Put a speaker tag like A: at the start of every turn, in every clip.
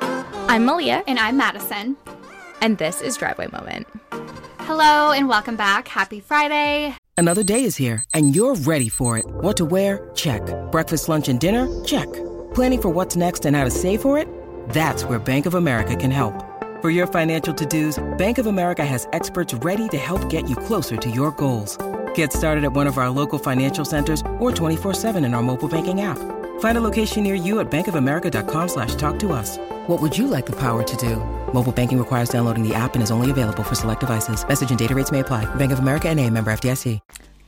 A: I'm Malia,
B: And I'm Madison.
A: and this is Driveway Moment.
B: Hello and welcome back. Happy Friday.
C: Another day is here, and you're ready for it. What to wear? Check. Breakfast, lunch, and dinner? Check. Planning for what's next and how to save for it? That's where Bank of America can help. For your financial to dos, Bank of America has experts ready to help get you closer to your goals. Get started at one of our local financial centers or 24-7 in our mobile banking app. Find a location near you at bankofamerica.com slash talk to us. What would you like the power to do? Mobile banking requires downloading the app and is only available for select devices. Message and data rates may apply. Bank of America and a member FDIC.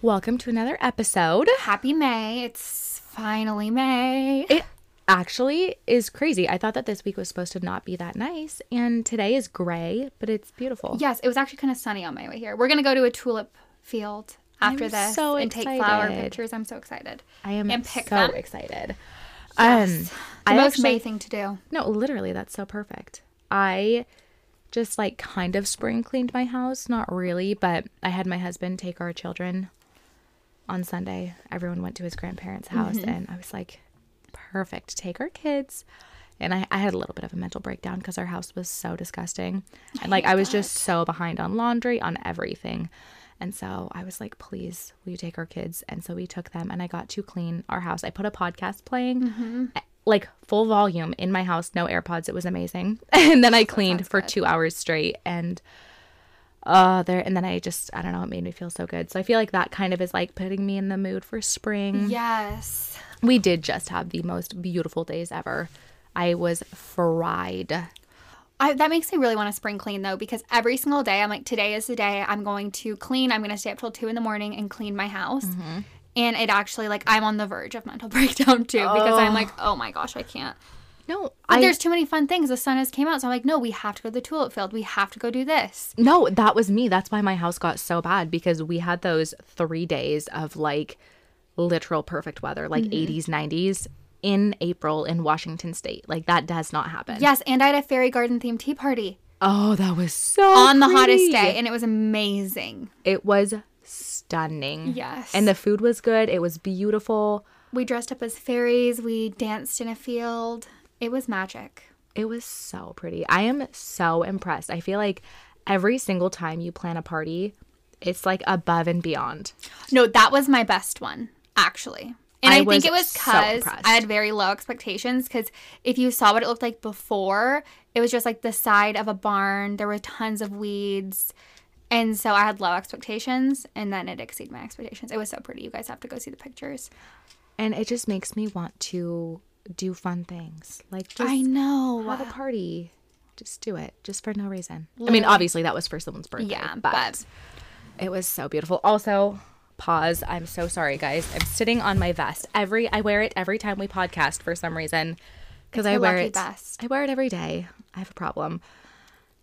A: Welcome to another episode.
B: Happy May. It's finally May.
A: It actually is crazy. I thought that this week was supposed to not be that nice, and today is gray, but it's beautiful.
B: Yes, it was actually kind of sunny on my way here. We're going to go to a tulip field after
A: I'm
B: this
A: so
B: and take flower
A: excited.
B: pictures. I'm so excited.
A: I am
B: And pick
A: so
B: them.
A: excited. Um,
B: The
A: I
B: most
A: actually
B: May thing to do.
A: No, literally, that's so perfect. I just like kind of spring cleaned my house, not really, but I had my husband take our children on Sunday. Everyone went to his grandparents' house, and I was like, perfect, take our kids. And I, I had a little bit of a mental breakdown because our house was so disgusting. And like, I was just so behind on laundry, on everything. And so I was like, please, will you take our kids? And so we took them, and I got to clean our house. I put a podcast playing eh, like full volume in my house, no AirPods. It was amazing. And then I cleaned for two hours straight and uh there and then I just I don't know, it made me feel so good. So I feel like that kind of is like putting me in the mood for spring.
B: Yes.
A: We did just have the most beautiful days ever. I was fried.
B: I, that makes me really want to spring clean though, because every single day I'm like, today is the day I'm going to clean. I'm going to stay up till two in the morning and clean my house.
A: Mm-hmm.
B: And it actually, like, I'm on the verge of mental breakdown too, because I'm like, oh my gosh, I can't.
A: No,
B: But
A: I
B: there's too many fun things. The sun has came out, so I'm like, no, we have to go to the tulip field. We have to go do this.
A: No, that was me. That's why my house got so bad because we had those three days of like literal perfect weather, like
B: Mm-hmm.
A: 80s, 90s in April in Washington state. Like that does not happen.
B: Yes, and I had a fairy garden themed tea party
A: Oh, that was so
B: on the
A: pretty.
B: hottest day, and it was amazing.
A: It was stunning.
B: Yes.
A: And the food was good. It was beautiful.
B: We dressed up as fairies. We danced in a field. It was magic.
A: It was so pretty. I am so impressed. I feel like every single time you plan a party, it's like above and beyond.
B: No, that was my best one, actually. And
A: I
B: I,
A: was
B: think it was
A: so
B: because
A: impressed.
B: I had very low expectations. Because if you saw what it looked like before, it was just like the side of a barn. There were tons of weeds. And so I had low expectations, and then it exceeded my expectations. It was so pretty. You guys have to go see the pictures.
A: And it just makes me want to do fun things. Like just
B: I know.
A: have a party. Just do it, just for no reason. I mean, obviously that was for someone's birthday.
B: Yeah,
A: but,
B: but-
A: it was so beautiful. Also, pause. I'm so sorry, guys. I'm sitting on my vest. Every I wear it every time we podcast for some reason because I
B: your
A: wear
B: lucky
A: it.
B: vest.
A: I wear it every day. I have a problem,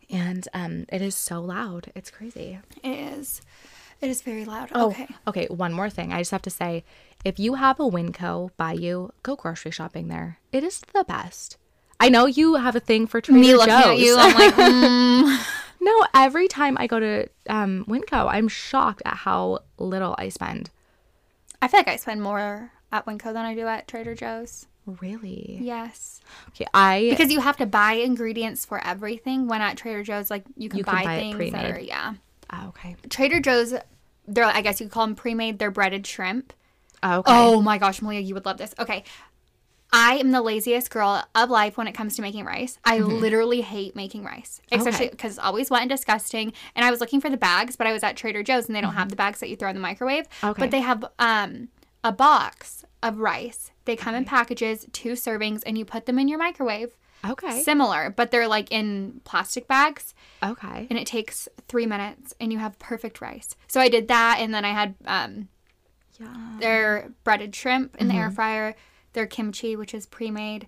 A: and um, it is so loud. It's crazy.
B: It is. It is very loud.
A: Oh.
B: okay.
A: Okay, one more thing. I just have to say if you have a Winco by you, go grocery shopping there. It is the best. I know you have a thing for Trader
B: Me looking
A: Joe's.
B: at you, I'm like, mm.
A: No, every time I go to um, Winco, I'm shocked at how little I spend.
B: I feel like I spend more at Winco than I do at Trader Joe's.
A: Really?
B: Yes.
A: Okay, I
B: because you have to buy ingredients for everything when at trader joe's like you can,
A: You can
B: buy,
A: buy it
B: things that
A: pre-made.
B: are yeah
A: oh, okay.
B: trader joe's they're i guess you could call them pre-made they're breaded shrimp
A: Okay.
B: oh my gosh malia you would love this okay i am the laziest girl of life when it comes to making rice i literally hate making rice especially
A: Mm-hmm. Okay.
B: because it's always wet and disgusting and i was looking for the bags but i was at trader joe's and they don't have the bags that you throw in the microwave
A: Mm-hmm. Okay.
B: but they have um a box of rice they come in packages two servings and you put them in your microwave
A: okay.
B: similar, but they're like in plastic bags
A: okay.
B: and it takes three minutes and you have perfect rice. So I did that and then I had um,
A: Yeah.
B: their breaded shrimp in
A: Mm-hmm.
B: the air fryer, their kimchi, which is pre made,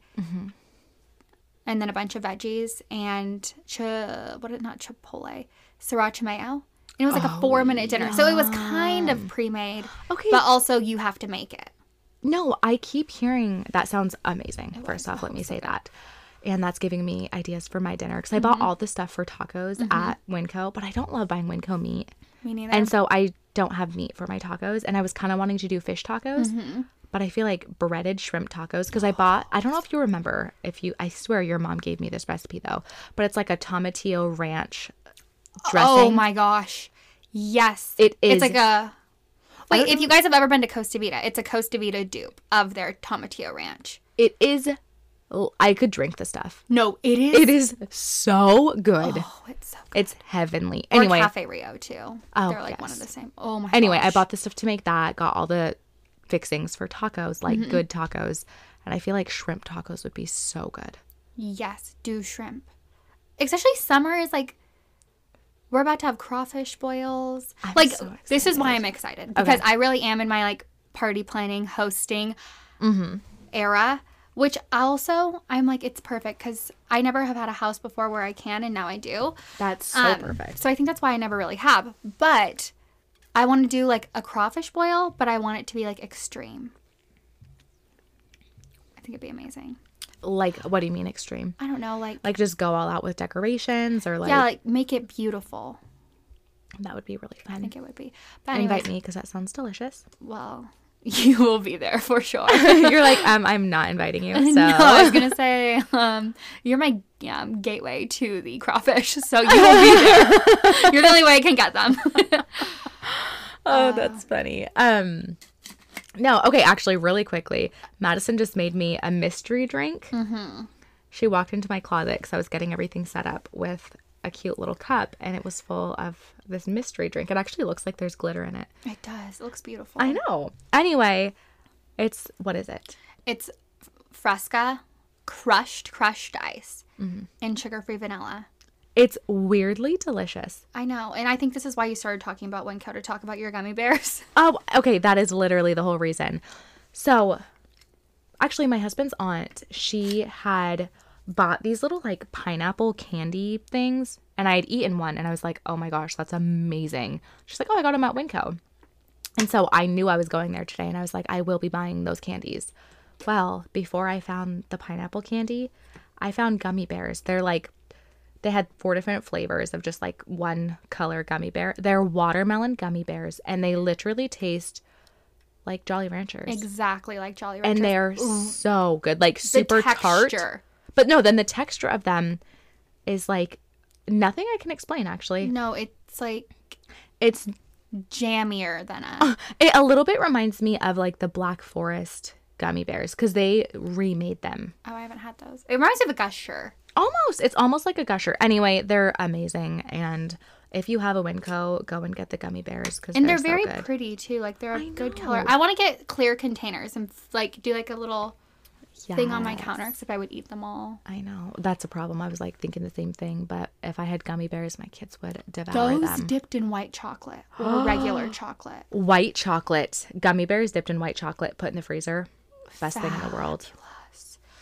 B: and then a bunch of veggies and chi- what is not chipotle, sriracha mayo. And it was like a four minute dinner. So it was kind of pre made,
A: Oh, Okay.
B: but also you have to make it.
A: No, I keep hearing that sounds amazing. First off, let me say that. And that's giving me ideas for my dinner
B: Mm-hmm.
A: because I bought all the stuff for tacos at Winco, but I don't love buying Winco meat.
B: Me neither.
A: And so I don't have meat for my tacos, and I was kind of wanting to do fish tacos,
B: Mm-hmm.
A: but I feel like breaded shrimp tacos because
B: Oh,
A: I bought. I don't know if you remember. If you, I swear your mom gave me this recipe though, but it's like a tomatillo ranch dressing.
B: Oh my gosh. Yes.
A: It is- Oh.
B: It's like a. Wait, if you guys have ever been to Costa Vida, it's a Costa Vida dupe of their Tomatillo Ranch.
A: It is. l- I could drink the stuff.
B: No, it is.
A: It is so good.
B: Oh, it's so good.
A: It's heavenly.
B: Or
A: Anyway,
B: Cafe Rio, too.
A: Oh,
B: They're like one of
A: yes.
B: the same. Oh my
A: anyway, I
B: gosh.
A: bought the stuff to make that. Got all the fixings for tacos, like
B: Mm-hmm.
A: good tacos, and I feel like shrimp tacos would be so good.
B: Yes, do shrimp. Especially summer is like we're about to have crawfish boils. like
A: so
B: this is why I'm excited because I really am in my like party planning, hosting
A: Mm-hmm.
B: era, which also I'm like it's perfect cuz I never have had a house before where I can and now I do.
A: That's so
B: Um, So I think that's why I never really have. But I want to do like a crawfish boil, but I want it to be like extreme. I think it'd be amazing.
A: Like, what do you mean extreme?
B: I don't know, like
A: Like, just go all out with decorations, or like
B: yeah, like make it beautiful.
A: that would be really
B: I
A: fun.
B: think it would be. But anyways,
A: Invite me because that sounds delicious.
B: well, you will be there for sure.
A: You're like, um, I'm not inviting you. So
B: No, I was gonna say, um, you're my um, gateway to the crawfish, so you will be there. you're the only way I can get them.
A: Oh, that's funny. Um no, okay, actually really quickly, Madison just made me a mystery drink. Mm-hmm. She walked into my closet because I was getting everything set up with a cute little cup and it was full of this mystery drink. It actually looks like there's glitter in it.
B: it does. It looks beautiful.
A: I know. Anyway, it's what is it?
B: It's f- Fresca crushed crushed ice
A: Mm-hmm.
B: and sugar-free vanilla.
A: It's weirdly delicious.
B: I know, and I think this is why you started talking about when Coda talk about your gummy bears.
A: Oh, okay. That is literally the whole reason. So, actually, my husband's aunt, she had bought these little like pineapple candy things, and I had eaten one, and I was like, oh my gosh, that's amazing. She's like, oh, I got them at Winco. And so I knew I was going there today, and I was like, I will be buying those candies. Well, before I found the pineapple candy, I found gummy bears. They're like, they had four different flavors of just like one color gummy bear. They're watermelon gummy bears, and they literally taste like Jolly Ranchers.
B: exactly like Jolly Ranchers.
A: And they're so good, like super tart.
B: texture.
A: But no, then the texture of them is like nothing I can explain. Actually,
B: no, it's like
A: it's
B: jammier than a.
A: it a little bit reminds me of like the Black Forest gummy bears because they remade them.
B: Oh, I haven't had those. It reminds me of a gusher.
A: Almost, it's almost like a gusher. Anyway, they're amazing, and if you have a Winco, go and get the gummy bears because
B: And
A: they're,
B: they're, very
A: so good.
B: pretty too. Like they're a good color. I want to get clear containers and like do like a little thing on my counter except I would eat them all.
A: I know that's a problem. I was like thinking the same thing, but if I had gummy bears, my kids would devour
B: Those
A: them.
B: dipped in white chocolate or regular chocolate.
A: white chocolate gummy bears dipped in white chocolate put in the freezer best thing in the world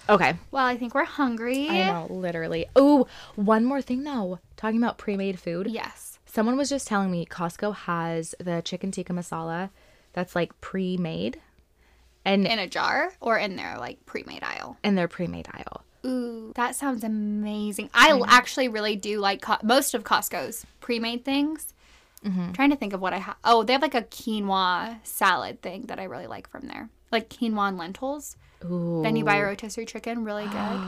A: okay
B: Well, I think we're hungry.
A: i know literally oh one more thing though talking about pre-made food
B: Yes.
A: someone was just telling me costco has the chicken tikka masala that's like pre-made and
B: In a jar or in their like pre-made aisle.
A: in their pre-made aisle
B: Ooh, that sounds amazing. I,
A: Mm.
B: l- actually really do like co- most of Costco's pre-made things.
A: Mm-hmm.
B: I'm trying to think of what I have. Oh, they have like a quinoa salad thing that I really like from there. Like quinoa and lentils.
A: Ooh.
B: Then you buy a rotisserie chicken, really good.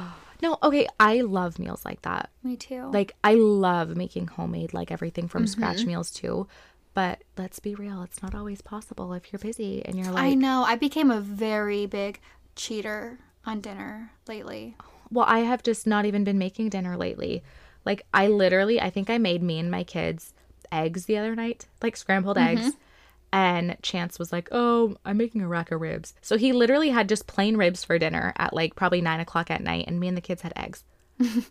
A: no okay i love meals like that
B: Me too.
A: like i love making homemade like everything from scratch meals too but let's be real it's not always possible if you're busy and you're like
B: I know. I became a very big cheater on dinner lately.
A: well i have just not even been making dinner lately like i literally i think i made me and my kids eggs the other night like scrambled eggs and chance was like oh i'm making a rack of ribs so he literally had just plain ribs for dinner at like probably nine o'clock at night and me and the kids had eggs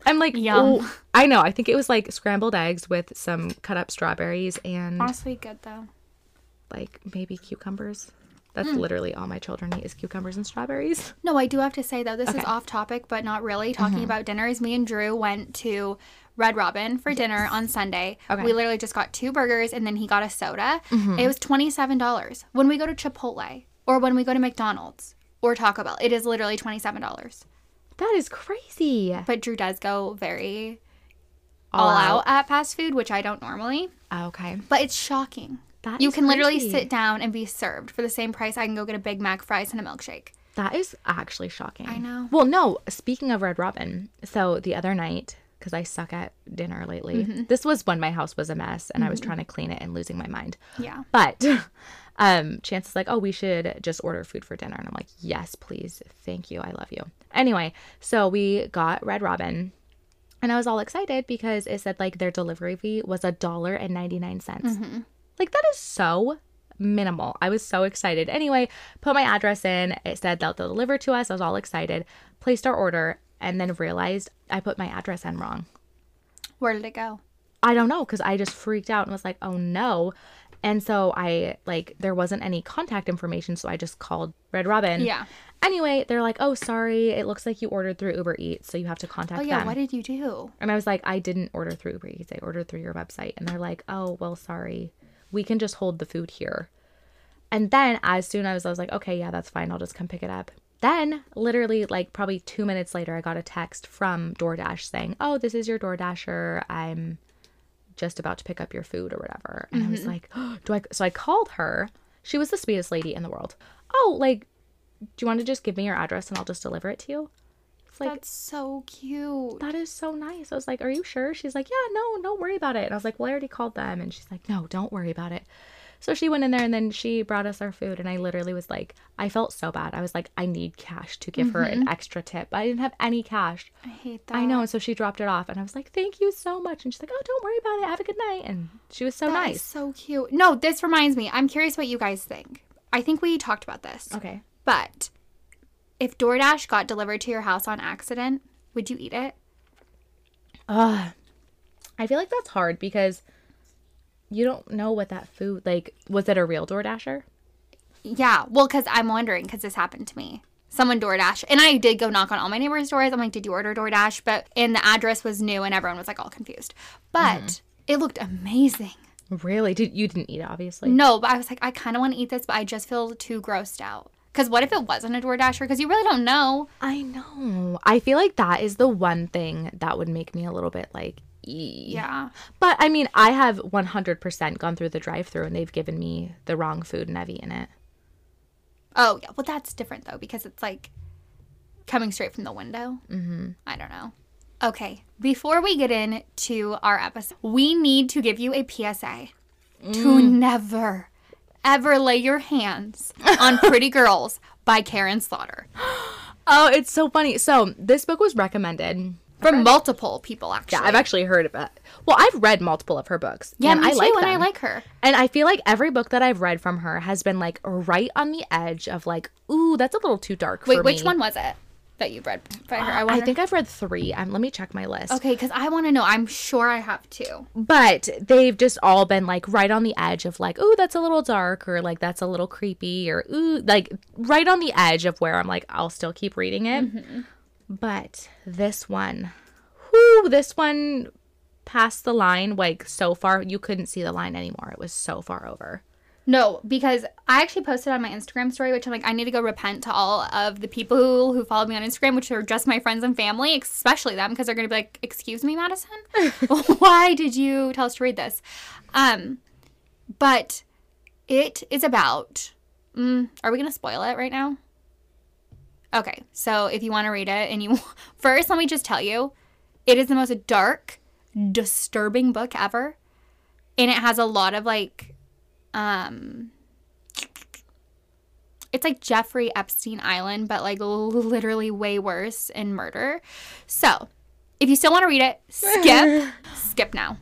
A: i'm like
B: Yum.
A: oh. i know i think it was like scrambled eggs with some cut up strawberries and
B: Honestly, good though.
A: like maybe cucumbers that's literally all my children eat is cucumbers and strawberries
B: No, I do have to say though, this is off topic, but not really. Talking
A: Mm-hmm.
B: about dinners, me and Drew went to Red Robin for dinner on Sunday. We literally just got two burgers and then he got a soda.
A: Mm-hmm.
B: It was $27. When we go to Chipotle or when we go to McDonald's or Taco Bell, it is literally $27.
A: that is crazy
B: But Drew does go very all, out at fast food, which I don't normally.
A: okay
B: But it's shocking.
A: That
B: You
A: is
B: can literally
A: crazy.
B: sit down and be served for the same price. I can go get a Big Mac, fries, and a milkshake.
A: That is actually shocking.
B: I know.
A: Well, no, speaking of Red Robin, so the other night, because I suck at dinner lately,
B: Mm-hmm.
A: this was when my house was a mess and I was trying to clean it and losing my mind.
B: Yeah.
A: But um, Chance is like, oh, we should just order food for dinner. And I'm like, yes, please. Thank you. I love you. Anyway, so we got Red Robin. And I was all excited because it said like their delivery fee was a dollar and ninety nine
B: Mm-hmm.
A: cents. Like that is so minimal. I was so excited. Anyway, put my address in. It said they'll deliver to us. I was all excited. Placed our order and then realized I put my address in wrong.
B: Where did it go?
A: I don't know because I just freaked out and was like, oh no. And so I like there wasn't any contact information, so I just called Red Robin.
B: Yeah.
A: Anyway, they're like, oh sorry, it looks like you ordered through Uber Eats, so you have to contact
B: Oh yeah,
A: them.
B: what did you do?
A: and I was like, I didn't order through Uber Eats, I ordered through your website. And they're like, oh well, sorry, we can just hold the food here. And then as soon as I was like, okay, yeah, that's fine, I'll just come pick it up. Then literally like probably two minutes later, I got a text from DoorDash saying, oh, this is your DoorDasher. I'm just about to pick up your food or whatever. And I was like, do I? So I called her. She was the sweetest lady in the world. Oh, like, do you want to just give me your address and I'll just deliver it to you? It's like,
B: That's so cute.
A: that is so nice. I was like, are you sure? She's like, yeah, no, don't worry about it. And I was like, well, I already called them. And she's like, no, don't worry about it. So she went in there and then she brought us our food. And I literally was like, I felt so bad. I was like, I need cash to give her an extra tip. But I didn't have any cash.
B: I hate that.
A: I know. And so she dropped it off. And I was like, thank you so much. And she's like, oh, don't worry about it. Have a good night. And she was so
B: That is
A: nice.
B: so cute. No, this reminds me. I'm curious what you guys think. I think we talked about this.
A: Okay.
B: But if DoorDash got delivered to your house on accident, would you eat it?
A: I feel like that's hard because you don't know what that food like was it a real DoorDasher?
B: Yeah. Well, because I'm wondering, because this happened to me. Someone DoorDash, and I did go knock on all my neighbors' doors. I'm like, "Did you order DoorDash?" But and the address was new, and everyone was like all confused. But
A: Mm-hmm.
B: it looked amazing.
A: Really? Did you didn't eat it, obviously.
B: No, but I was like, I kind of want to eat this, but I just feel too grossed out. Because what if it wasn't a DoorDasher? Because you really don't know.
A: I know. I feel like that is the one thing that would make me a little bit like ee.
B: Yeah.
A: But I mean, I have 100% gone through the drive-through and they've given me the wrong food and I've eaten it.
B: Oh, yeah. Well, that's different though, because it's like coming straight from the window. Mm-hmm. I don't know. Okay. Before we get into our episode, we need to give you a PSA to
A: Mm.
B: never, ever lay your hands on Pretty Girls by Karen Slaughter
A: Oh, it's so funny. So, this book was recommended.
B: from multiple people, actually.
A: I've actually heard of it. Well, I've read multiple of her books.
B: yeah,
A: and
B: me
A: I
B: too,
A: like
B: and I
A: them.
B: like her.
A: And I feel like every book that I've read from her has been like right on the edge of like, ooh, that's a little too dark for
B: Wait, which
A: me. Uh,
B: one was it that you read by her? I,
A: I
B: wonder.
A: think I've read three. Um, let me check my list.
B: Okay, because I want to know. I'm sure I have two.
A: But they've just all been like right on the edge of like, ooh, that's a little dark, or like that's a little creepy, or ooh, like right on the edge of where I'm like, I'll still keep reading it. But this one, whoo, this one passed the line like so far you couldn't see the line anymore. It was so far over.
B: No, because I actually posted on my Instagram story, which I'm like, I need to go repent to all of the people who, who followed me on Instagram, which are just my friends and family, especially them, because they're going to be like, Excuse me, Madison? Why did you tell us to read this? Um, but it is about. Mm, are we going to spoil it right now? Okay, so if you want to read it, and you first, let me just tell you, it is the most dark, disturbing book ever, and it has a lot of like, um, it's like Jeffrey Epstein Island, but like literally way worse in murder. So, if you still want to read it, skip, skip now.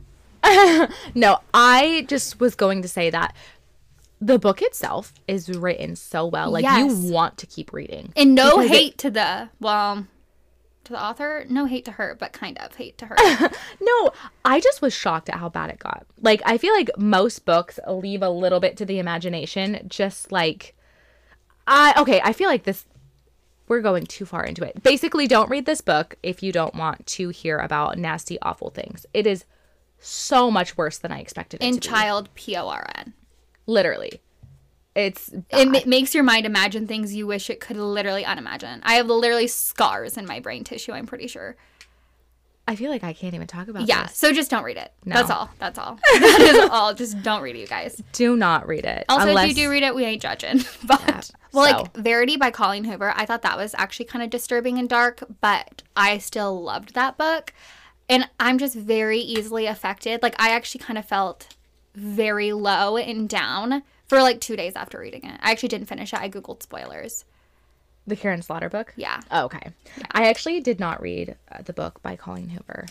A: No, I just was going to say that the book itself is written so well. Like
B: Yes.
A: you want to keep reading.
B: And no
A: Because it-
B: hate to the well, to the author. No hate to her, but kind of hate to her.
A: No, I just was shocked at how bad it got. Like, I feel like most books leave a little bit to the imagination, just like, I, okay, I feel like this, we're going too far into it. Basically, don't read this book if you don't want to hear about nasty, awful things. It is so much worse than I expected it
B: in
A: to be.
B: child P O R N.
A: Literally. It's,
B: It ma- makes your mind imagine things you wish it could literally unimagine. I have literally scars in my brain tissue. I'm pretty sure.
A: I feel like I can't even talk about
B: Yeah,
A: this.
B: so just don't read it.
A: No.
B: That's all. That's all. that is all. Just don't read it, you guys.
A: Do not read it.
B: Also,
A: unless-
B: if you do read it, we ain't judging. But well, like Verity by Colleen Hoover, I thought that was actually kind of disturbing and dark, but I still loved that book. And I'm just very easily affected. Like I actually kind of felt very low and down for like two days after reading it. I actually didn't finish it. I googled spoilers.
A: the Karen Slaughter book.
B: Yeah.
A: Oh, okay. I actually did not read uh, the book by Colleen Hoover.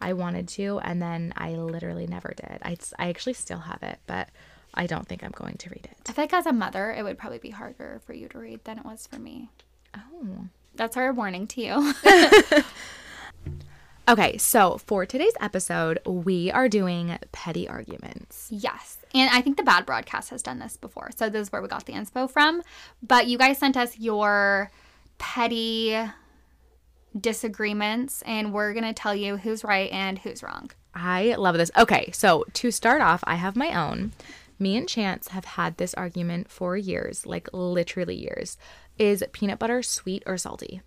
A: I wanted to, and then I literally never did. I, s- I actually still have it, but I don't think I'm going to read it.
B: I feel like as a mother, it would probably be harder for you to read than it was for me.
A: Oh.
B: That's our warning to you.
A: Okay, so for today's episode, we are doing petty arguments.
B: Yes. And I think the Bad Broadcast has done this before. So this is where we got the inspo from. But you guys sent us your petty disagreements, and we're going to tell you who's right and who's wrong.
A: I love this. Okay, so to start off, I have my own. Me and Chance have had this argument for years, like literally years. Is peanut butter sweet or salty?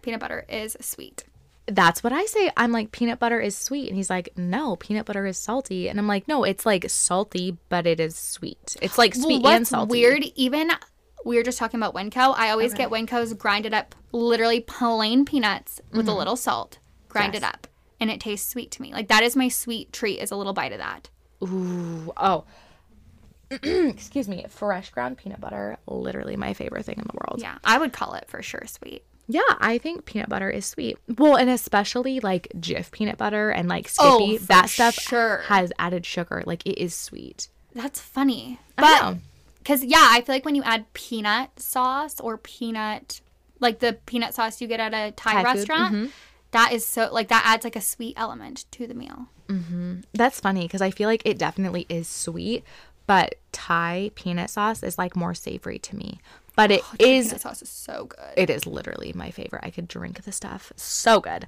B: Peanut butter is sweet.
A: that's what I say. I'm like, peanut butter is sweet. And he's like, no, peanut butter is salty. And I'm like, no, it's like salty, but it is sweet. It's like sweet
B: Well,
A: and
B: what's
A: salty.
B: weird, even we were just talking about Winco. I always get Winco's grinded up, literally plain peanuts with
A: Mm-hmm.
B: a little salt, grind it up, and it tastes sweet to me. Like that is my sweet treat is a little bite of that.
A: Oh. Excuse me. Fresh ground peanut butter, literally my favorite thing in the world.
B: Yeah, I would call it for sure sweet.
A: Yeah, I think peanut butter is sweet. Well, and especially like Jif peanut butter and like Skippy,
B: Oh, for
A: that stuff
B: sure.
A: has added sugar. Like it is sweet.
B: That's funny.
A: I
B: But
A: know.
B: because yeah, I feel like when you add peanut sauce or peanut, like the peanut sauce you get at a Thai,
A: Thai food, mm-hmm.
B: restaurant, that is so like that adds like a sweet element to the meal.
A: That's funny because I feel like it definitely is sweet, but Thai peanut sauce is like more savory to me. But
B: Oh,
A: it is.
B: peanut sauce is so good.
A: it is literally my favorite. I could drink the stuff. So good.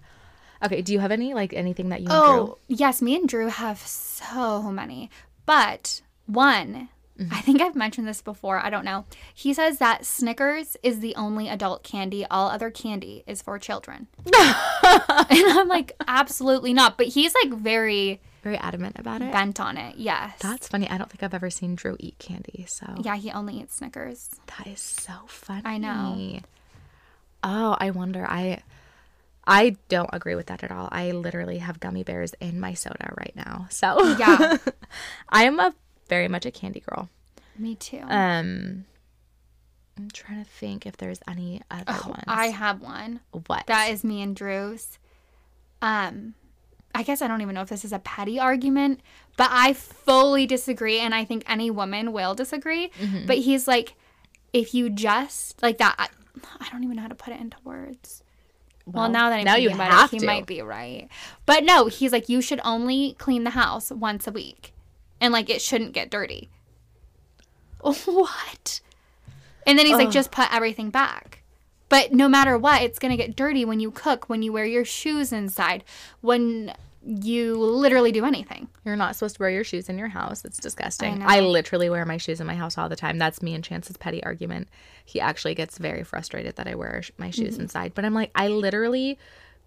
A: Okay, do you have any like anything that you
B: Oh yes, me and Drew have so many, but one.
A: Mm-hmm.
B: I think I've mentioned this before. I don't know. He says that Snickers is the only adult candy. All other candy is for children. and I'm like, absolutely not. But he's like very
A: very adamant about it?
B: bent on it. Yes.
A: That's funny. I don't think I've ever seen Drew eat candy, so
B: yeah, he only eats Snickers.
A: that is so funny.
B: I know.
A: Oh, I wonder. I I don't agree with that at all. I literally have gummy bears in my soda right now. So
B: Yeah,
A: I am a very much a candy girl.
B: me too.
A: Um I'm trying to think if there's any other ones.
B: Oh, I have one.
A: what?
B: That is me and Drew's. Um, I guess I don't even know if this is a petty argument, but I fully disagree, and I think any woman will disagree. But he's like, if you just like that, I, I don't even know how to put it into words. Well, now that I'm
A: now you
B: thinking about
A: have
B: it, he
A: to.
B: might be right. But no, he's like, you should only clean the house once a week, and like it shouldn't get dirty. What? And then he's like, just put everything back. But no matter what, it's going to get dirty when you cook, when you wear your shoes inside, when you literally do anything.
A: You're not supposed to wear your shoes in your house. It's disgusting.
B: know.
A: I, literally wear my shoes in my house all the time. That's me and Chance's petty argument. He actually gets very frustrated that I wear sh- my shoes inside, but I'm like, I literally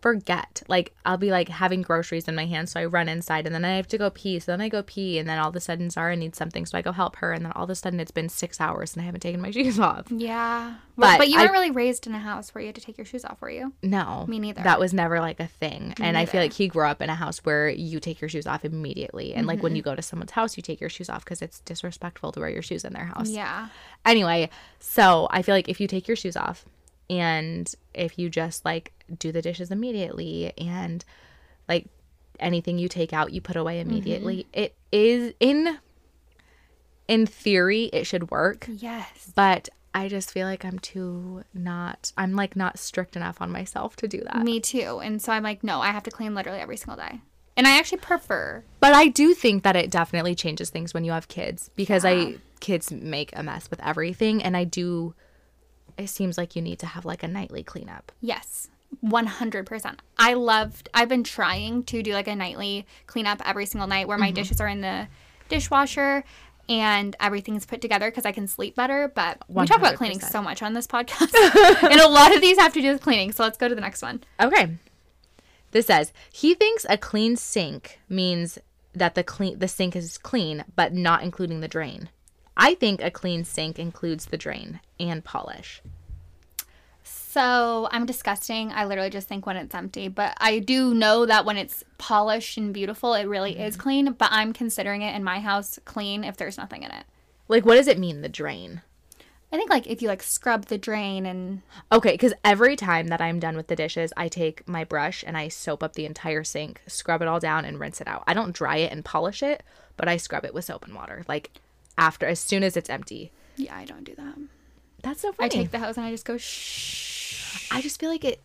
A: forget. Like, I'll be like having groceries in my hand, so I run inside, and then I have to go pee. So then I go pee, and then all of a sudden Zara needs something, so I go help her, and then all of a sudden it's been six hours and I haven't taken my shoes off.
B: Yeah.
A: But
B: But, you
A: I-
B: weren't really raised in a house where you had to take your shoes off, were you?
A: No,
B: Me neither.
A: That was never like a thing. and I feel like he grew up in a house where you take your shoes off immediately, and like
B: Mm-hmm.
A: when you go to someone's house, you take your shoes off because it's disrespectful to wear your shoes in their house.
B: Yeah.
A: Anyway, so I feel like if you take your shoes off, and if you just like do the dishes immediately, and like anything you take out, you put away
B: Mm-hmm.
A: immediately, it is in in theory it should work
B: Yes.
A: but I just feel like I'm too not I'm like not strict enough on myself to do that.
B: Me too. And so I'm like, no, I have to clean literally every single day. And I actually prefer.
A: But I do think that it definitely changes things when you have kids because I kids make a mess with everything and I do it seems like you need to have like a nightly cleanup.
B: Yes. 100%. I loved, I've been trying to do like a nightly cleanup every single night where my dishes are in the dishwasher and everything's put together because I can sleep better. But we talk about cleaning
A: 100%.
B: so much on this podcast, and a lot of these have to do with cleaning. So let's go to the next one.
A: Okay. This says he thinks a clean sink means that the clean the sink is clean, but not including the drain. I think a clean sink includes the drain and polish.
B: So I'm disgusting. I literally just think when it's empty, but I do know that when it's polished and beautiful, it really is clean. But I'm considering it in my house clean if there's nothing in it.
A: Like, what does it mean, the drain?
B: I think like if you like scrub the drain and
A: Okay, because every time that I'm done with the dishes, I take my brush and I soap up the entire sink, scrub it all down, and rinse it out. I don't dry it and polish it, but I scrub it with soap and water, like after, as soon as it's empty.
B: yeah, I don't do that.
A: That's so funny.
B: I take the hose and I just go shh.
A: I just feel like it,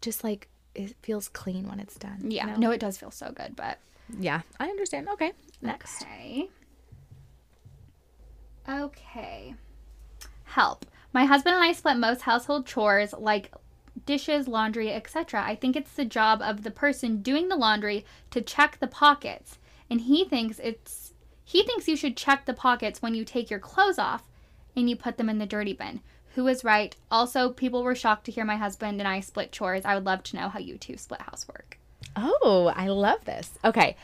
A: just like it feels clean when it's done. you
B: Yeah,
A: know?
B: no, it does feel so good, but
A: Yeah, I understand. Okay, next.
B: Okay. Okay. Help. My husband and I split most household chores like dishes, laundry, etc. I think it's the job of the person doing the laundry to check the pockets, and he thinks it's he thinks you should check the pockets when you take your clothes off and you put them in the dirty bin. Who is right? Also, people were shocked to hear my husband and I split chores. I would love to know how you two split housework.
A: Oh, I love this. Okay,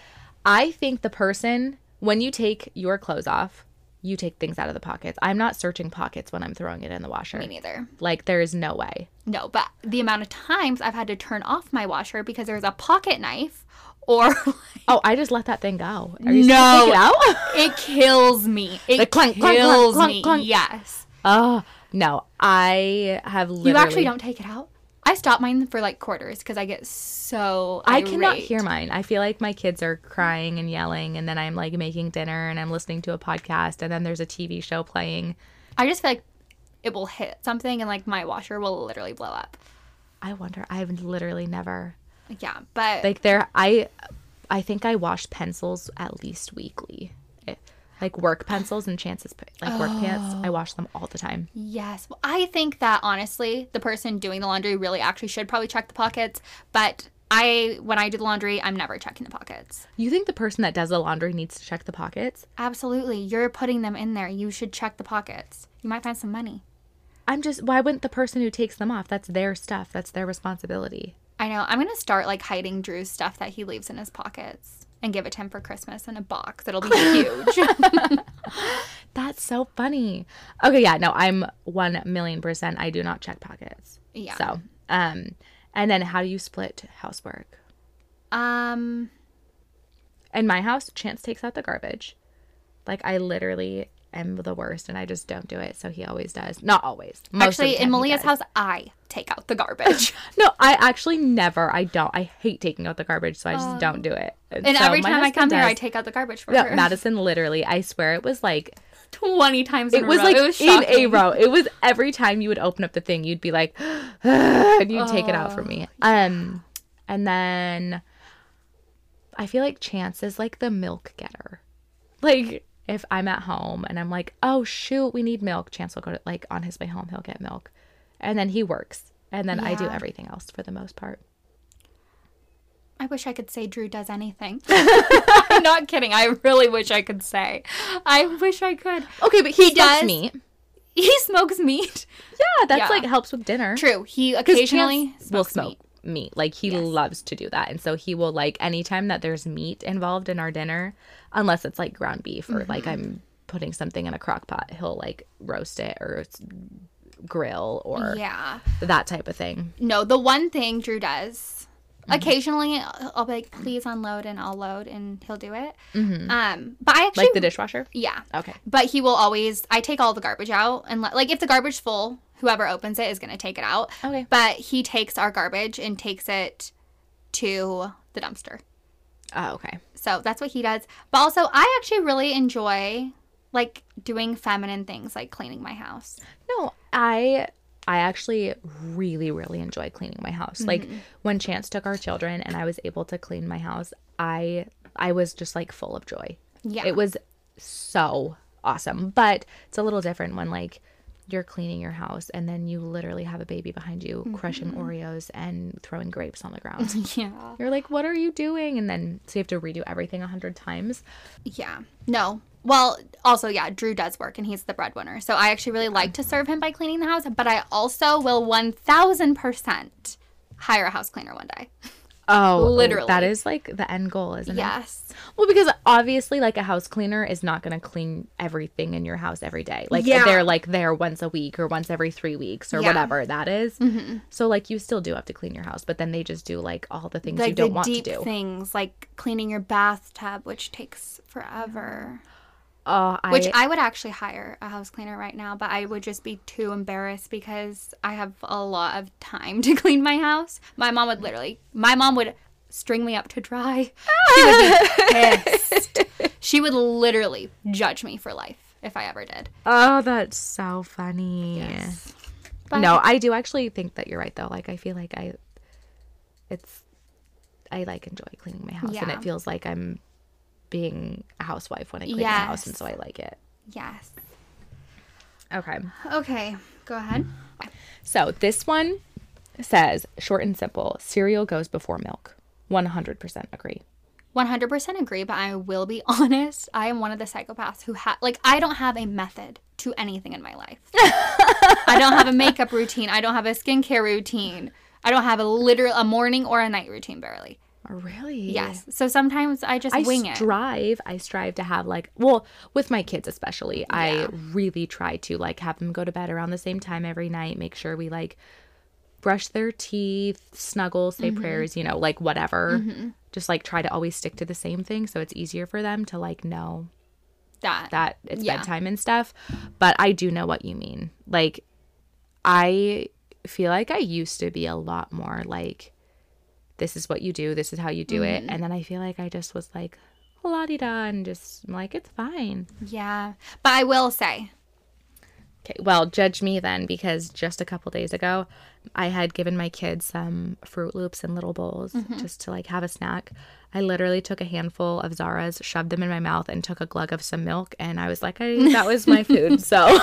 A: I think the person when you take your clothes off, you take things out of the pockets. I'm not searching pockets when I'm throwing it in the washer.
B: Me neither.
A: Like there is no way.
B: No, but the amount of times I've had to turn off my washer because there's a pocket knife or
A: Oh, I just let that thing go. Are you supposed to take it out?
B: it kills me. It
A: The clunk, clunk, clunk,
B: kills
A: clunk,
B: me.
A: clunk.
B: Yes.
A: oh no, I have literally.
B: You actually don't take it out? I stop mine for like quarters because I get so
A: I cannot
B: irate.
A: hear mine. I feel like my kids are crying and yelling, and then I'm like making dinner and I'm listening to a podcast, and then there's a TV show playing.
B: I just feel like it will hit something and like my washer will literally blow up.
A: I wonder. I've literally never
B: Yeah, but
A: like there i i think i wash pencils at least weekly It- like work pencils and chances pa- like work pants i wash them all the time
B: Yes. Well, I think that honestly, the person doing the laundry really actually should probably check the pockets, but I when I do the laundry, I'm never checking the pockets.
A: you think the person that does the laundry needs to check the pockets
B: Absolutely. You're putting them in there. You should check the pockets. You might find some money.
A: i'm just why wouldn't the person who takes them off that's their stuff that's their responsibility
B: I know. I'm going to start like hiding Drew's stuff that he leaves in his pockets and give it to him for Christmas in a box. It'll be huge.
A: that's so funny okay yeah no i'm 1 million percent i do not check pockets
B: Yeah.
A: so um and then how do you split housework
B: um
A: in my house chance takes out the garbage like i literally am the worst and i just don't do it so he always does not always Most of the
B: actually
A: time
B: in
A: he
B: Malia's
A: does.
B: house, I take out the garbage.
A: no i actually never i don't i hate taking out the garbage so i just don't do it
B: Um, and
A: so
B: every
A: my
B: time I
A: husband
B: come here, I
A: does.
B: take out the garbage for
A: no,
B: her.
A: madison literally i swear it was like
B: 20 times in
A: it was
B: a row.
A: like
B: it was
A: in a
B: shocking.
A: row it was every time you would open up the thing you'd be like and you'd take it out for me um and then i feel like chance is like the milk getter like if i'm at home and i'm like oh shoot we need milk chance will go to like on his way home he'll get milk and then he works and then i do
B: Yeah.
A: everything else for the most part
B: I wish I could say Drew does anything. I'm not kidding. I really wish I could say. I wish I could.
A: okay but he,
B: smokes
A: does
B: meat. He smokes meat.
A: yeah that's
B: Yeah.
A: like helps with dinner
B: True. He
A: 'Cause
B: occasionally
A: Chance
B: smokes
A: will smoke
B: meat.
A: meat. Like he loves to do that, and so he will like anytime that there's meat involved in our dinner, unless it's like ground beef or like I'm putting something in a crock pot, he'll like roast it or s- grill or
B: Yeah.
A: that type of thing.
B: No, the one thing Drew does.
A: Mm-hmm.
B: Occasionally, I'll I'll be like, "Please unload," and I'll load, and he'll do it. Um, but I actually,
A: Mm-hmm. Like the dishwasher.
B: yeah,
A: Okay.
B: but he will always. I take all the garbage out, and let, like if the garbage's full, whoever opens it is gonna take it out.
A: Okay.
B: But he takes our garbage and takes it to the dumpster.
A: Oh, okay.
B: So that's what he does. But also, I actually really enjoy like doing feminine things, like cleaning my house.
A: No, I I actually really really enjoy cleaning my house. Like
B: Mm-hmm.
A: when Chance took our children and I was able to clean my house, I I was just like full of joy.
B: Yeah.
A: It was so awesome. But it's a little different when like you're cleaning your house and then you literally have a baby behind you
B: Mm-hmm.
A: crushing Oreos and throwing grapes on the ground.
B: Yeah.
A: you're like, "What are you doing?" And then so you have to redo everything a 100 times.
B: Yeah. No, Well, also, yeah, Drew does work and he's the breadwinner. So I actually really like to serve him by cleaning the house, but I also will 1000% hire a house cleaner one day.
A: Oh,
B: Literally.
A: That is like the end goal, isn't it?
B: Yes.
A: Well, because obviously, like a house cleaner is not going to clean everything in your house every day. Like
B: Yeah.
A: they're like there once a week or once every three weeks or
B: Yeah. Mm-hmm.
A: whatever that is. So like you still do have to clean your house, but then they just do like all the things
B: Like
A: you don't
B: the
A: want to
B: deep
A: do.
B: things, like cleaning your bathtub, which takes forever.
A: Oh, I,
B: Which I would actually hire a house cleaner right now, but I would just be too embarrassed because I have a lot of time to clean my house. My mom would literally, my mom would string me up to dry. She would be pissed. She would literally judge me for life if I ever did.
A: oh, that's so funny.
B: But
A: no, I do actually think that you're right though. Like I feel like I, it's, I like enjoy cleaning my house, and
B: Yeah.
A: it feels like I'm being a housewife when I clean my house, and
B: Yes.
A: so I like it.
B: Yes.
A: Okay.
B: Okay, go ahead.
A: So this one says short and simple cereal goes before milk. 100% agree.
B: 100% agree, but I will be honest. I am one of the psychopaths who have, like, I don't have a method to anything in my life. I don't have a makeup routine. I don't have a skincare routine. I don't have a literal, a morning or a night routine, barely.
A: Really?
B: Yes. So sometimes I just
A: I
B: wing it.
A: strive. I strive to have like, well, with my kids especially, I really try to like have them go to bed around the same time every night, make sure we like brush their teeth, snuggle, say
B: Mm-hmm.
A: prayers, you know, like whatever. Just like try to always stick to the same thing so it's easier for them to like know
B: that.
A: that it's
B: Yeah.
A: bedtime and stuff, but I do know what you mean. Like, I feel like I used to be a lot more like, this is what you do, this is how you do it. And then I feel like I just was like, la di da, and just I'm like, it's fine.
B: Yeah. But I will say,
A: Okay, well, judge me then because just a couple days ago, I had given my kids some Fruit Loops and little bowls just to like have a snack. I literally took a handful of Zara's, shoved them in my mouth, and took a glug of some milk. And I was like, I, that was my food. So.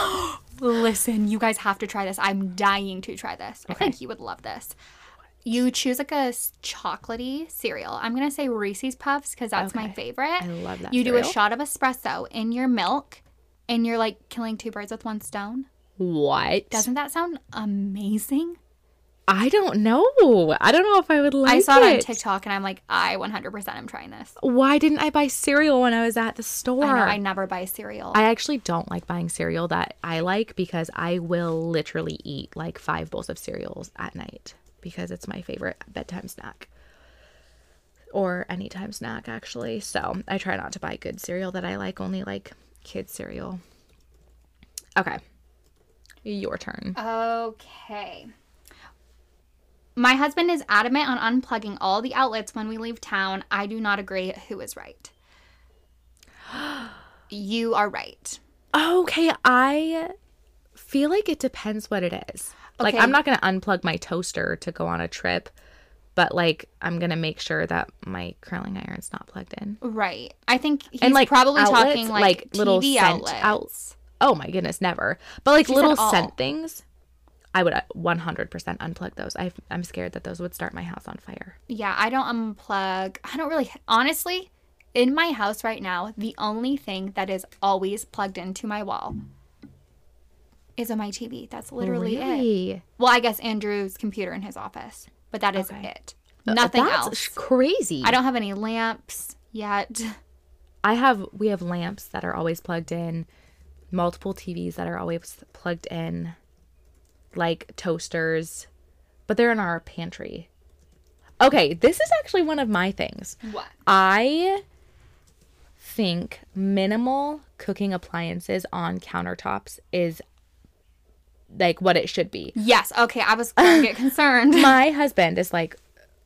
B: listen, you guys have to try this. I'm dying to try this. I think you would love this. You choose like a s- chocolatey cereal. I'm gonna say Reese's Puffs because that's my
A: Okay.
B: favorite.
A: I love that
B: You do
A: cereal.
B: a shot of espresso in your milk, and you're like killing two birds with one stone.
A: What?
B: Doesn't that sound amazing?
A: I don't know. I don't know if I would like
B: I saw it. on
A: it.
B: TikTok, and I'm like, I 100% am trying this.
A: Why didn't I buy cereal when I was at the store?
B: I know I never buy cereal.
A: I actually don't like buying cereal that I like because I will literally eat like five bowls of cereals at night because it's my favorite bedtime snack or anytime snack actually. So I try not to buy good cereal that I like, only like kid cereal. Okay. Your turn.
B: Okay. My husband is adamant on unplugging all the outlets when we leave town. I do not agree. Who is right? you are right.
A: Okay, I feel like it depends what it is. Like
B: Okay.
A: I'm not going to unplug my toaster to go on a trip, but like I'm going to make sure that my curling iron's not plugged in.
B: Right. I think he's
A: and like
B: probably
A: outlets,
B: talking like,
A: little
B: TV
A: scent
B: outlets.
A: outs. Oh my goodness, never. But like
B: She said
A: little
B: all.
A: scent things, I would uh, 100% unplug those. I I'm scared that those would start my house on fire.
B: Yeah, I don't unplug. I don't really honestly in my house right now, the only thing that is always plugged into my wall is my TV. That's literally it.
A: Really?
B: Well, I guess Andrew's computer in his office, but that is it.
A: Uh,
B: Nothing
A: That's
B: else.
A: crazy.
B: I don't have any lamps yet.
A: I have we have lamps that are always plugged in, multiple TVs that are always plugged in, like toasters, but they're in our pantry. Okay, this is actually one of my things.
B: What?
A: I think minimal cooking appliances on countertops is like what it should be
B: Yes. Okay. I was going to get concerned.
A: my husband is like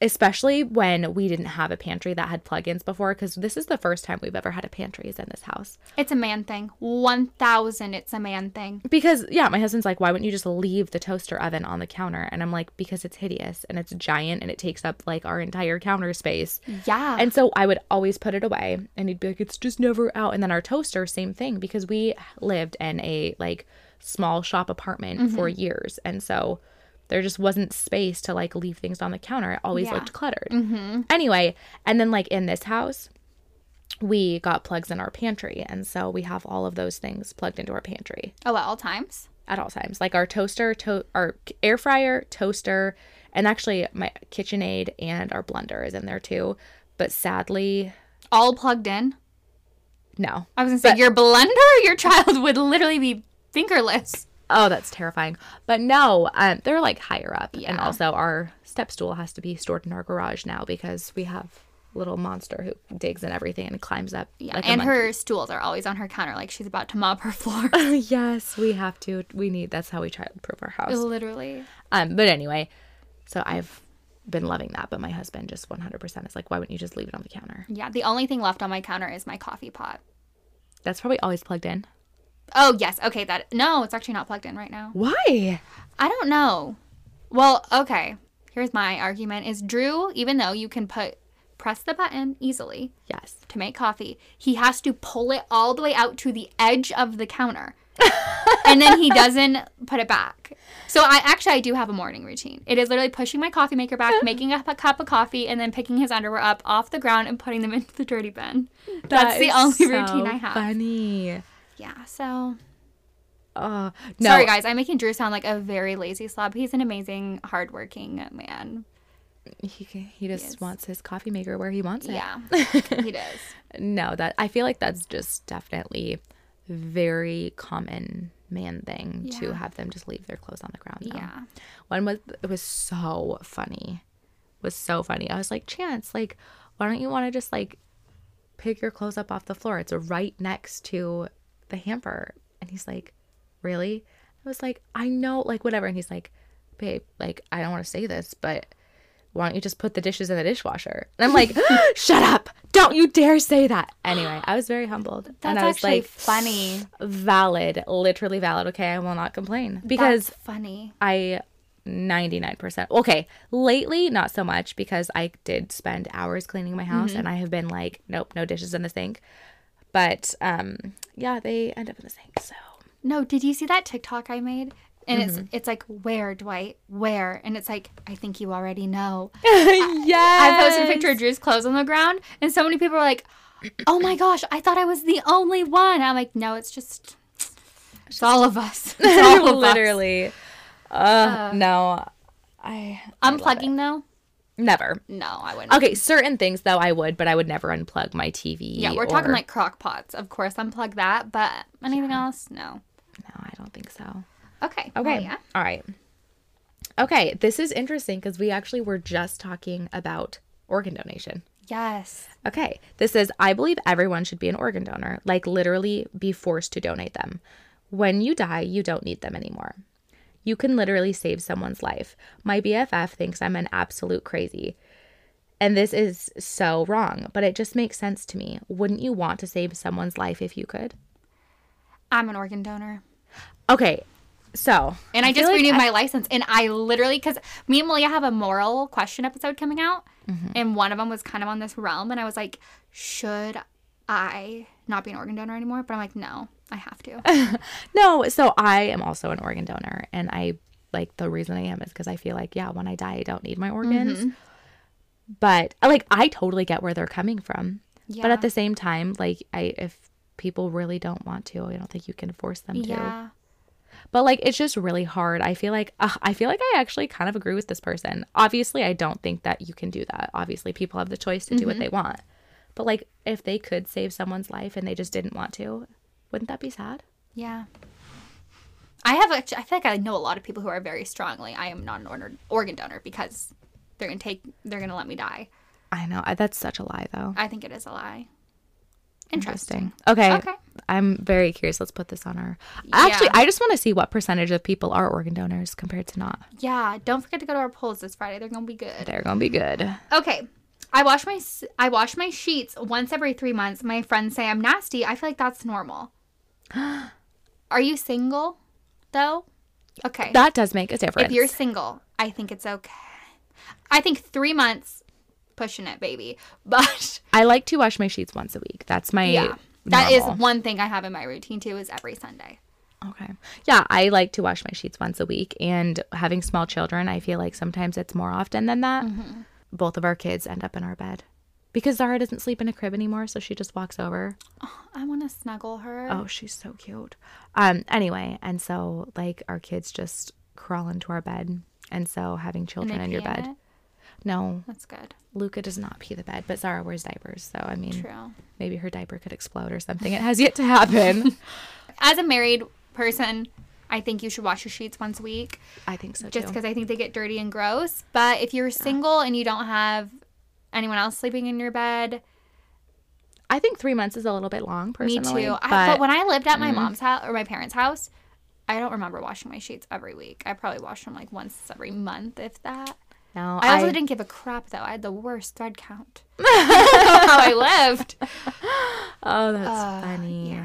A: especially when we didn't have a pantry that had plug-ins before because this is the first time we've ever had a pantry is in this house
B: It's a man thing. 1000 it's a man thing.
A: because yeah my husband's like why wouldn't you just leave the toaster oven on the counter and i'm like because it's hideous and it's giant and it takes up like our entire counter space
B: Yeah.
A: and so i would always put it away and he'd be like it's just never out and then our toaster same thing because we lived in a like small shop apartment for years and so there just wasn't space to like leave things on the counter it always
B: Yeah.
A: looked cluttered anyway and then like in this house we got plugs in our pantry. And so we have all of those things plugged into our pantry
B: Oh, at all times.
A: at all times. Like our toaster, to- our air fryer, toaster, and actually my KitchenAid and our blender is in there too. But sadly,
B: All plugged in.
A: no.
B: I was gonna say your blender, your child would literally be fingerless.
A: Oh, that's terrifying. But no, um, they're like higher up. And
B: Yeah.
A: also, our step stool has to be stored in our garage now because we have little monster who digs in everything and climbs up.
B: Yeah,
A: like a
B: and
A: monkey.
B: her stools are always on her counter, like she's about to mop her floor.
A: yes, we have to. We need. That's how we childproof our house.
B: literally.
A: Um, but anyway, so I've been loving that. But my husband just 100% is like, why wouldn't you just leave it on the counter?
B: Yeah, the only thing left on my counter is my coffee pot.
A: That's probably always plugged in.
B: Oh yes, okay. That no, it's actually not plugged in right now.
A: Why?
B: I don't know. Well, okay. Here's my argument: is Drew, even though you can put press the button easily
A: Yes.
B: to make coffee, he has to pull it all the way out to the edge of the counter, and then he doesn't put it back. So I actually I do have a morning routine. It is literally pushing my coffee maker back, making a, p- cup of coffee, and then picking his underwear up off the ground and putting them into the dirty bin. That's the only routine I have.
A: Funny.
B: Yeah. So
A: Oh no.
B: Sorry, guys. I'm making Drew sound like a very lazy slob. He's an amazing, hardworking man.
A: He can- he just wants his coffee maker where he wants it.
B: Yeah, he does.
A: No, that I feel like that's just definitely very common man thing to
B: Yeah.
A: have them just leave their clothes on the ground. though.
B: Yeah.
A: One was it was so funny. Was so funny. I was like, Chance, like, why don't you want to just like pick your clothes up off the floor? It's right next to the hamper. And he's like, Really? I was like, I know, like whatever. And he's like, Babe, like, I don't want to say this, but why don't you just put the dishes in the dishwasher? And I'm like, Shut up. Don't you dare say that. Anyway, I was very humbled.
B: That's
A: and I was
B: actually
A: like
B: funny.
A: valid, literally valid. Okay, I will not complain. Because
B: That's funny.
A: I 99%. Okay, lately not so much because I did spend hours cleaning my
B: Mm-hmm.
A: house and I have been like, nope, no dishes in the sink. But um yeah, they end up in the sink. So
B: No, did you see that TikTok I made? And
A: Mm-hmm.
B: it's it's like where Dwight where and it's like I think you already know.
A: yeah.
B: I posted a picture of Drew's clothes on the ground and so many people were like, "Oh my gosh, I thought I was the only one." I'm like, "No, it's just it's all of us. It's all of us."
A: literally. Uh, no. I
B: Unplugging though?
A: never.
B: No, I wouldn't.
A: Okay, certain things though I would, but I would never unplug my TV.
B: Yeah, we're talking
A: or-
B: like crock pots. Of course, unplug that, but anything else? No.
A: No, I don't think so.
B: Okay. well,
A: Okay.
B: yeah.
A: All right. Okay, this is interesting because we actually were just talking about organ donation.
B: Yes.
A: Okay, this says I believe everyone should be an organ donor, like literally be forced to donate them. When you die, you don't need them anymore. You can literally save someone's life. My BFF thinks I'm an absolute crazy. And this is so wrong, but it just makes sense to me. Wouldn't you want to save someone's life if you could?
B: I'm an organ donor.
A: Okay, so.
B: And I,
A: feel
B: just
A: like
B: renewed my license. And I literally, because me and Malia have a moral question episode coming out. And one of them was kind of on this realm. And I was like, should I not be an organ donor anymore? But I'm like, no, I have to.
A: No, so I am also an organ donor, and I like the reason I am is because I feel like yeah, when I die, I don't need my organs.
B: Mm-hmm.
A: But like, I totally get where they're coming from. But
B: Yeah.
A: at the same time, like, I if people really don't want to, I don't think you can force them to.
B: yeah.
A: But like, it's just really hard. I feel like ugh, I feel like I actually kind of agree with this person. Obviously, I don't think that you can do that. Obviously, people have the choice to do
B: Mm-hmm.
A: what they want. But like, if they could save someone's life and they just didn't want to, wouldn't that be sad?
B: Yeah. I have, a, I feel like I know a lot of people who are very strongly, I am not an order, organ donor because they're going to take, they're going to let me die.
A: I know I- that's such a lie, though.
B: I think it is a lie. Interesting.
A: Okay.
B: Okay.
A: I'm very curious. Let's put this on our. Actually,
B: Yeah.
A: I just want to see what percentage of people are organ donors compared to not.
B: Yeah, don't forget to go to our polls this Friday. They're gonna be good.
A: They're gonna be good.
B: Okay, I wash my s- I wash my sheets once every three months. My friends say I'm nasty. I feel like that's normal. Are you single, though? Okay,
A: That does make a difference.
B: if you're single, I think it's okay. I think three months, pushing it, baby. But
A: I like to wash my sheets once a week. That's my.
B: yeah, that is
A: normal.
B: one thing I have in my routine too. Is every Sunday.
A: Okay. Yeah, I like to wash my sheets once a week. And having
B: Mm-hmm.
A: small children, I feel like sometimes it's more often than that. Both of our kids end up in our bed. because Zara doesn't sleep in a crib anymore, so she just walks over.
B: I want to snuggle her.
A: Oh, she's so cute. Um, anyway, and so like our kids just crawl into our bed, and so having
B: And they
A: children in your
B: pee in
A: bed.
B: it?
A: No,
B: That's good.
A: Luca does not pee the bed, but Zara wears diapers, so I mean,
B: True.
A: maybe her diaper could explode or something. It has yet to happen.
B: As a married person, I think you should wash your sheets once a week.
A: I think so
B: just
A: too.
B: because I think they get dirty and gross. But if you're single and you don't have anyone else sleeping in your bed,
A: I think three months is a little bit long,
B: me
A: personally.
B: too.
A: But, Mm-hmm.
B: I, but when I lived at my mom's house or my parents' house, I don't remember washing my sheets every week. I probably washed them like once every month, if that.
A: no,
B: I also
A: I-
B: didn't give a crap though. I had the worst thread count. how I lived.
A: Oh, that's
B: Uh,
A: funny.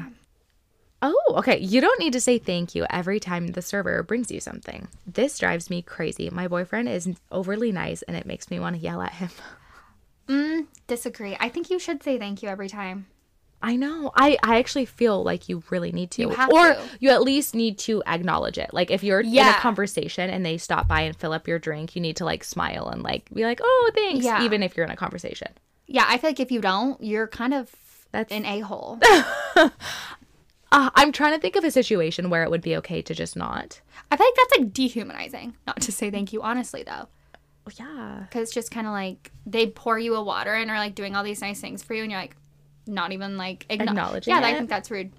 A: Oh, okay. You don't need to say thank you every time the server brings you something. This drives me crazy. My boyfriend is overly nice and it makes me want to yell at him.
B: Disagree. I think you should say thank you every time.
A: I know. I, I actually feel like you really need to.
B: You have
A: or
B: to.
A: you at least need to acknowledge it. Like if you're in a
B: Yeah.
A: conversation and they stop by and fill up your drink, you need to like smile and like be like, "Oh, thanks,"
B: Yeah.
A: even if you're in a conversation.
B: Yeah, I feel like if you don't, you're kind of
A: That's-
B: an a hole.
A: Uh, I'm trying to think of a situation where it would be okay to just not.
B: I feel like that's like dehumanizing. Not to say thank you, honestly though. Oh,
A: Yeah.
B: because it's just kind of like they pour you a water and are like doing all these nice things for you, and you're like not even like acknow-
A: Acknowledging
B: Yeah,
A: it.
B: I think that's rude.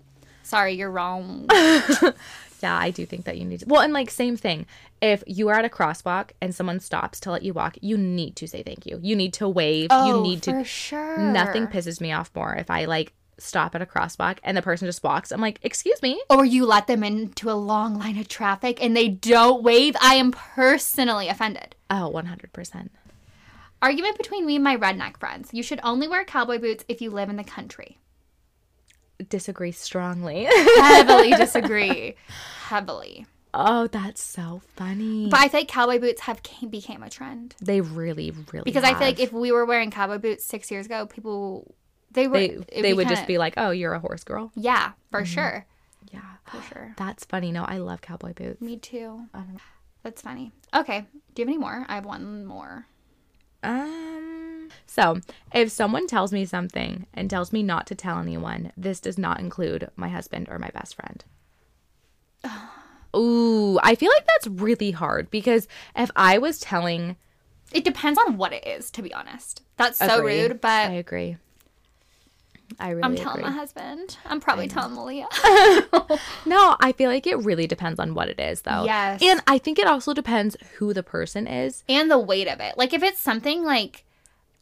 B: Sorry, you're wrong.
A: Yeah, I do think that you need to. Well, and like, same thing. If you are at a crosswalk and someone stops to let you walk, you need to say thank you. You need to wave. you need to.
B: Oh, for sure.
A: Nothing pisses me off more if I like stop at a crosswalk and the person just walks. I'm like, excuse me.
B: Or you let them into a long line of traffic and they don't wave. I am personally offended.
A: Oh, 100%.
B: Argument between me and my redneck friends. You should only wear cowboy boots if you live in the country.
A: Disagree strongly.
B: Heavily disagree. Heavily.
A: oh, that's so funny.
B: But I feel like cowboy boots have came, became a trend.
A: they really, really.
B: Because I feel
A: have.
B: like if we were wearing cowboy boots six years ago, people they were
A: They,
B: it'd
A: they would
B: kinda-
A: just be like, oh, you're a horse girl.
B: yeah for sure
A: Yeah.
B: for sure.
A: That's funny. No, I love cowboy boots.
B: Me too. That's funny. Okay, do you have any more? I have one more.
A: Um. So, if someone tells me something and tells me not to tell anyone, this does not include my husband or my best friend. Ooh, I feel like that's really hard because if I was telling,
B: It depends on what it is, to be honest. That's so
A: Agree.
B: rude,
A: I
B: but
A: agree. I really
B: Uh, I'm telling
A: agree.
B: my husband. I'm probably telling Malia.
A: No, I feel like it really depends on what it is, though.
B: Yes.
A: and I think it also depends who the person is.
B: and the weight of it. Like if it's something like,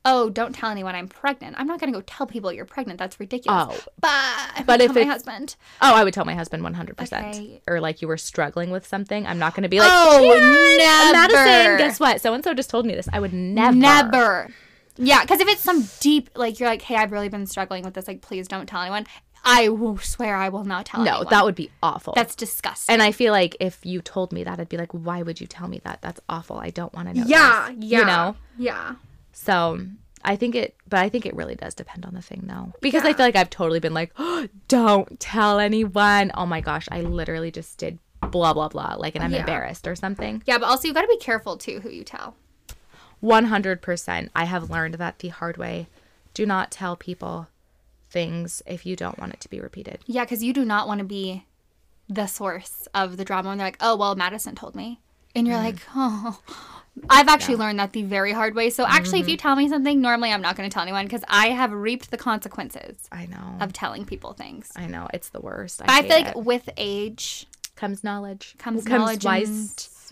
B: oh, don't tell anyone I'm pregnant. I'm not gonna go tell people you're pregnant. That's ridiculous.
A: Oh.
B: but I'm
A: But
B: gonna
A: if
B: tell my
A: it's-
B: husband.
A: Oh, I would tell my husband one hundred percent.
B: Okay.
A: Or like you were struggling with something, I'm not going to be like,
B: oh,
A: Madison, guess what? So and so just told me this. I would never.
B: Never. Yeah, because if it's some deep, like you're like, hey, I've really been struggling with this. Like, please don't tell anyone. I will swear I will not tell
A: No,
B: anyone.
A: that would be awful.
B: that's disgusting.
A: and I feel like if you told me that, I'd be like, why would you tell me that? That's awful. I don't want to know. this," You know.
B: yeah.
A: So I think it, but I think it really does depend on the thing, though, because I feel like I've totally been like, "Oh, don't tell anyone. Oh my gosh, I literally just did blah blah blah, like, and I'm embarrassed or something.
B: Yeah, but also you got to be careful too who you tell.
A: One hundred percent. I have learned that the hard way. Do not tell people things if you don't want it to be repeated.
B: Yeah, because you do not want to be the source of the drama. And they're like, oh, well, Madison told me. And
A: Mm.
B: you're like, oh. I've actually learned that the very hard way. So actually,
A: Mm-hmm.
B: if you tell me something, normally I'm not going to tell anyone because I have reaped the consequences
A: I know.
B: of telling people things.
A: I know it's the worst.
B: But I
A: hate
B: feel like
A: it.
B: with age,
A: comes knowledge
B: Comes knowledge
A: wise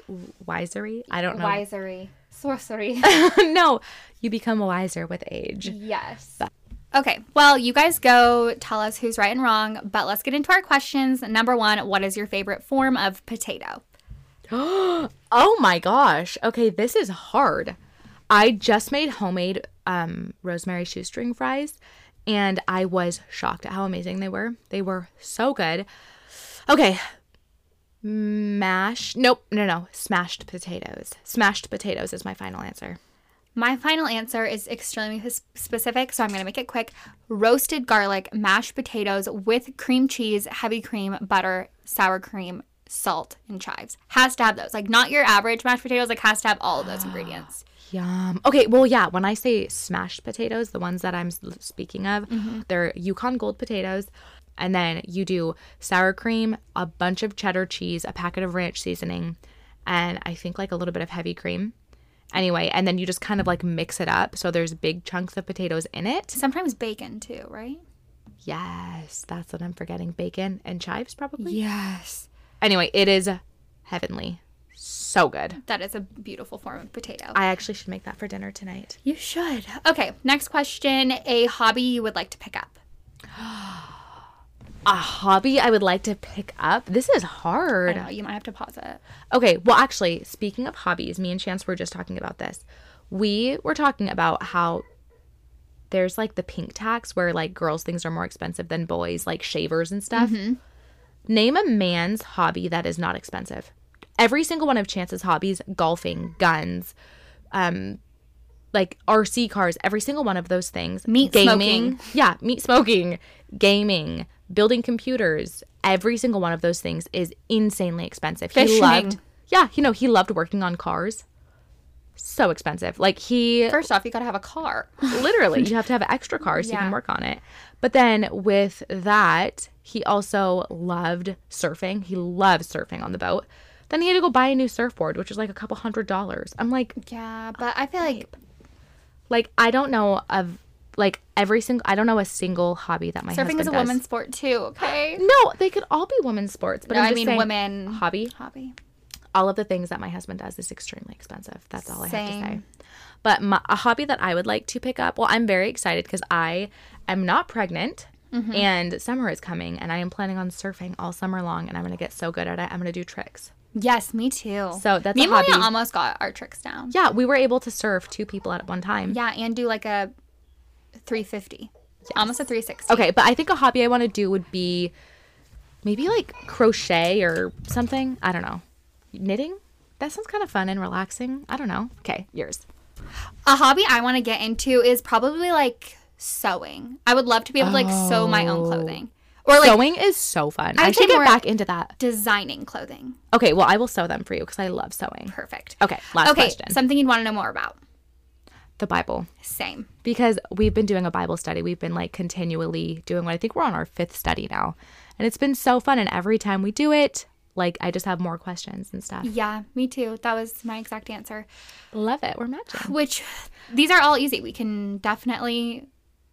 A: wisery i don't know
B: wisery, sorcery.
A: no you become wiser with
B: Mm.
A: age
B: yes. Okay, well, you guys go tell us who's right and wrong, but let's get into our questions. Number one, what is your favorite form of potato?
A: oh my gosh okay this is hard i just made homemade um, rosemary shoestring fries and i was shocked at how amazing they were they were so good okay mash nope no no smashed potatoes smashed potatoes is my final answer
B: My final answer is extremely s- specific, so I'm going to make it quick. Roasted garlic, mashed potatoes with cream cheese, heavy cream, butter, sour cream, salt, and chives. Has to have those. Like not your average mashed potatoes. Like has to have all of those ingredients.
A: Yum. Okay, well, yeah, when I say smashed potatoes, the ones that I'm s- speaking of, they're Yukon Gold potatoes. And then you do sour cream, a bunch of cheddar cheese, a packet of ranch seasoning, and I think like a little bit of heavy cream. Anyway, and then you just kind of like mix it up. So there's big chunks of potatoes in it.
B: Sometimes bacon too, right?
A: Yes, that's what I'm forgetting. Bacon and chives, probably.
B: Yes.
A: Anyway, it is heavenly. So good.
B: That is a beautiful form of potato.
A: I actually should make that for dinner tonight.
B: you should. Okay, next question. A hobby you would like to pick up.
A: a hobby I would like to pick up. This is
B: I
A: hard.
B: know, you might have to pause it.
A: Okay, well, actually, speaking of hobbies, me and Chance were just talking about this. We were talking about how there's like the pink tax where like girls' things are more expensive than boys, like shavers and stuff. Name a man's hobby that is not expensive. Every single one of Chance's hobbies, golfing, guns, um, like RC cars, every single one of those things.
B: Meat
A: gaming. Yeah, meat smoking, gaming, building computers. Every single one of those things is insanely expensive. He
B: Fishing.
A: loved Yeah, you know, he loved working on cars. So expensive. Like he
B: First off, you gotta have a car.
A: literally you have to have extra cars so you
B: Yeah.
A: can work on it but then with that he also loved surfing he loved surfing on the boat then he had to go buy a new surfboard which was like a couple hundred dollars i'm like
B: Yeah, but I feel like
A: like i don't know of like every single i don't know a single hobby that my husband
B: surfing is a
A: does.
B: woman's sport too. Okay.
A: no they could all be women's sports but
B: No,
A: I'm
B: I
A: just
B: mean
A: saying,
B: women
A: hobby
B: hobby.
A: all of the things that my husband does is extremely expensive. That's all I have to say.
B: Same.
A: But my, a hobby that I would like to pick up, well, I'm very excited because I am not pregnant
B: Mm-hmm.
A: and summer is coming and I am planning on surfing all summer long and I'm going to get so good at it. I'm going to do tricks.
B: Yes, me too.
A: So that's
B: me
A: a
B: and Maria
A: hobby.
B: almost got our tricks down.
A: Yeah, we were able to surf two people at one time.
B: Yeah, and do like a 350. Almost a 360.
A: Okay, but I think a hobby I want to do would be maybe like crochet or something. I don't know. Knitting? That sounds kind of fun and relaxing. I don't know. Okay, yours.
B: A hobby I want to get into is probably like sewing. I would love to be able to like sew my own clothing or like
A: Sewing is so fun. I,
B: would say
A: should get
B: more-
A: back into that.
B: designing clothing.
A: Okay, well, I will sew them for you because I love sewing.
B: Perfect.
A: Okay, last
B: okay,
A: question.
B: something you'd want to know more about.
A: The Bible.
B: Same.
A: Because we've been doing a Bible study. We've been like continually doing what I think we're on our fifth study now. And it's been so fun. And every time we do it, like I just have more questions and stuff.
B: Yeah, me too. That was my exact answer.
A: Love it. We're matching.
B: Which these are all easy. We can definitely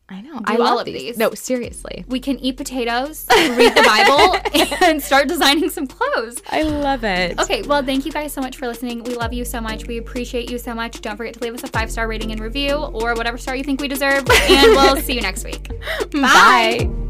A: I know. I
B: all
A: love
B: of these.
A: No, seriously.
B: we can eat potatoes, read the Bible, and start designing some clothes.
A: I love it.
B: Okay, well, thank you guys so much for listening. We love you so much. We appreciate you so much. Don't forget to leave us a five star rating and review or whatever star you think we deserve. And we'll see you next week.
A: Bye.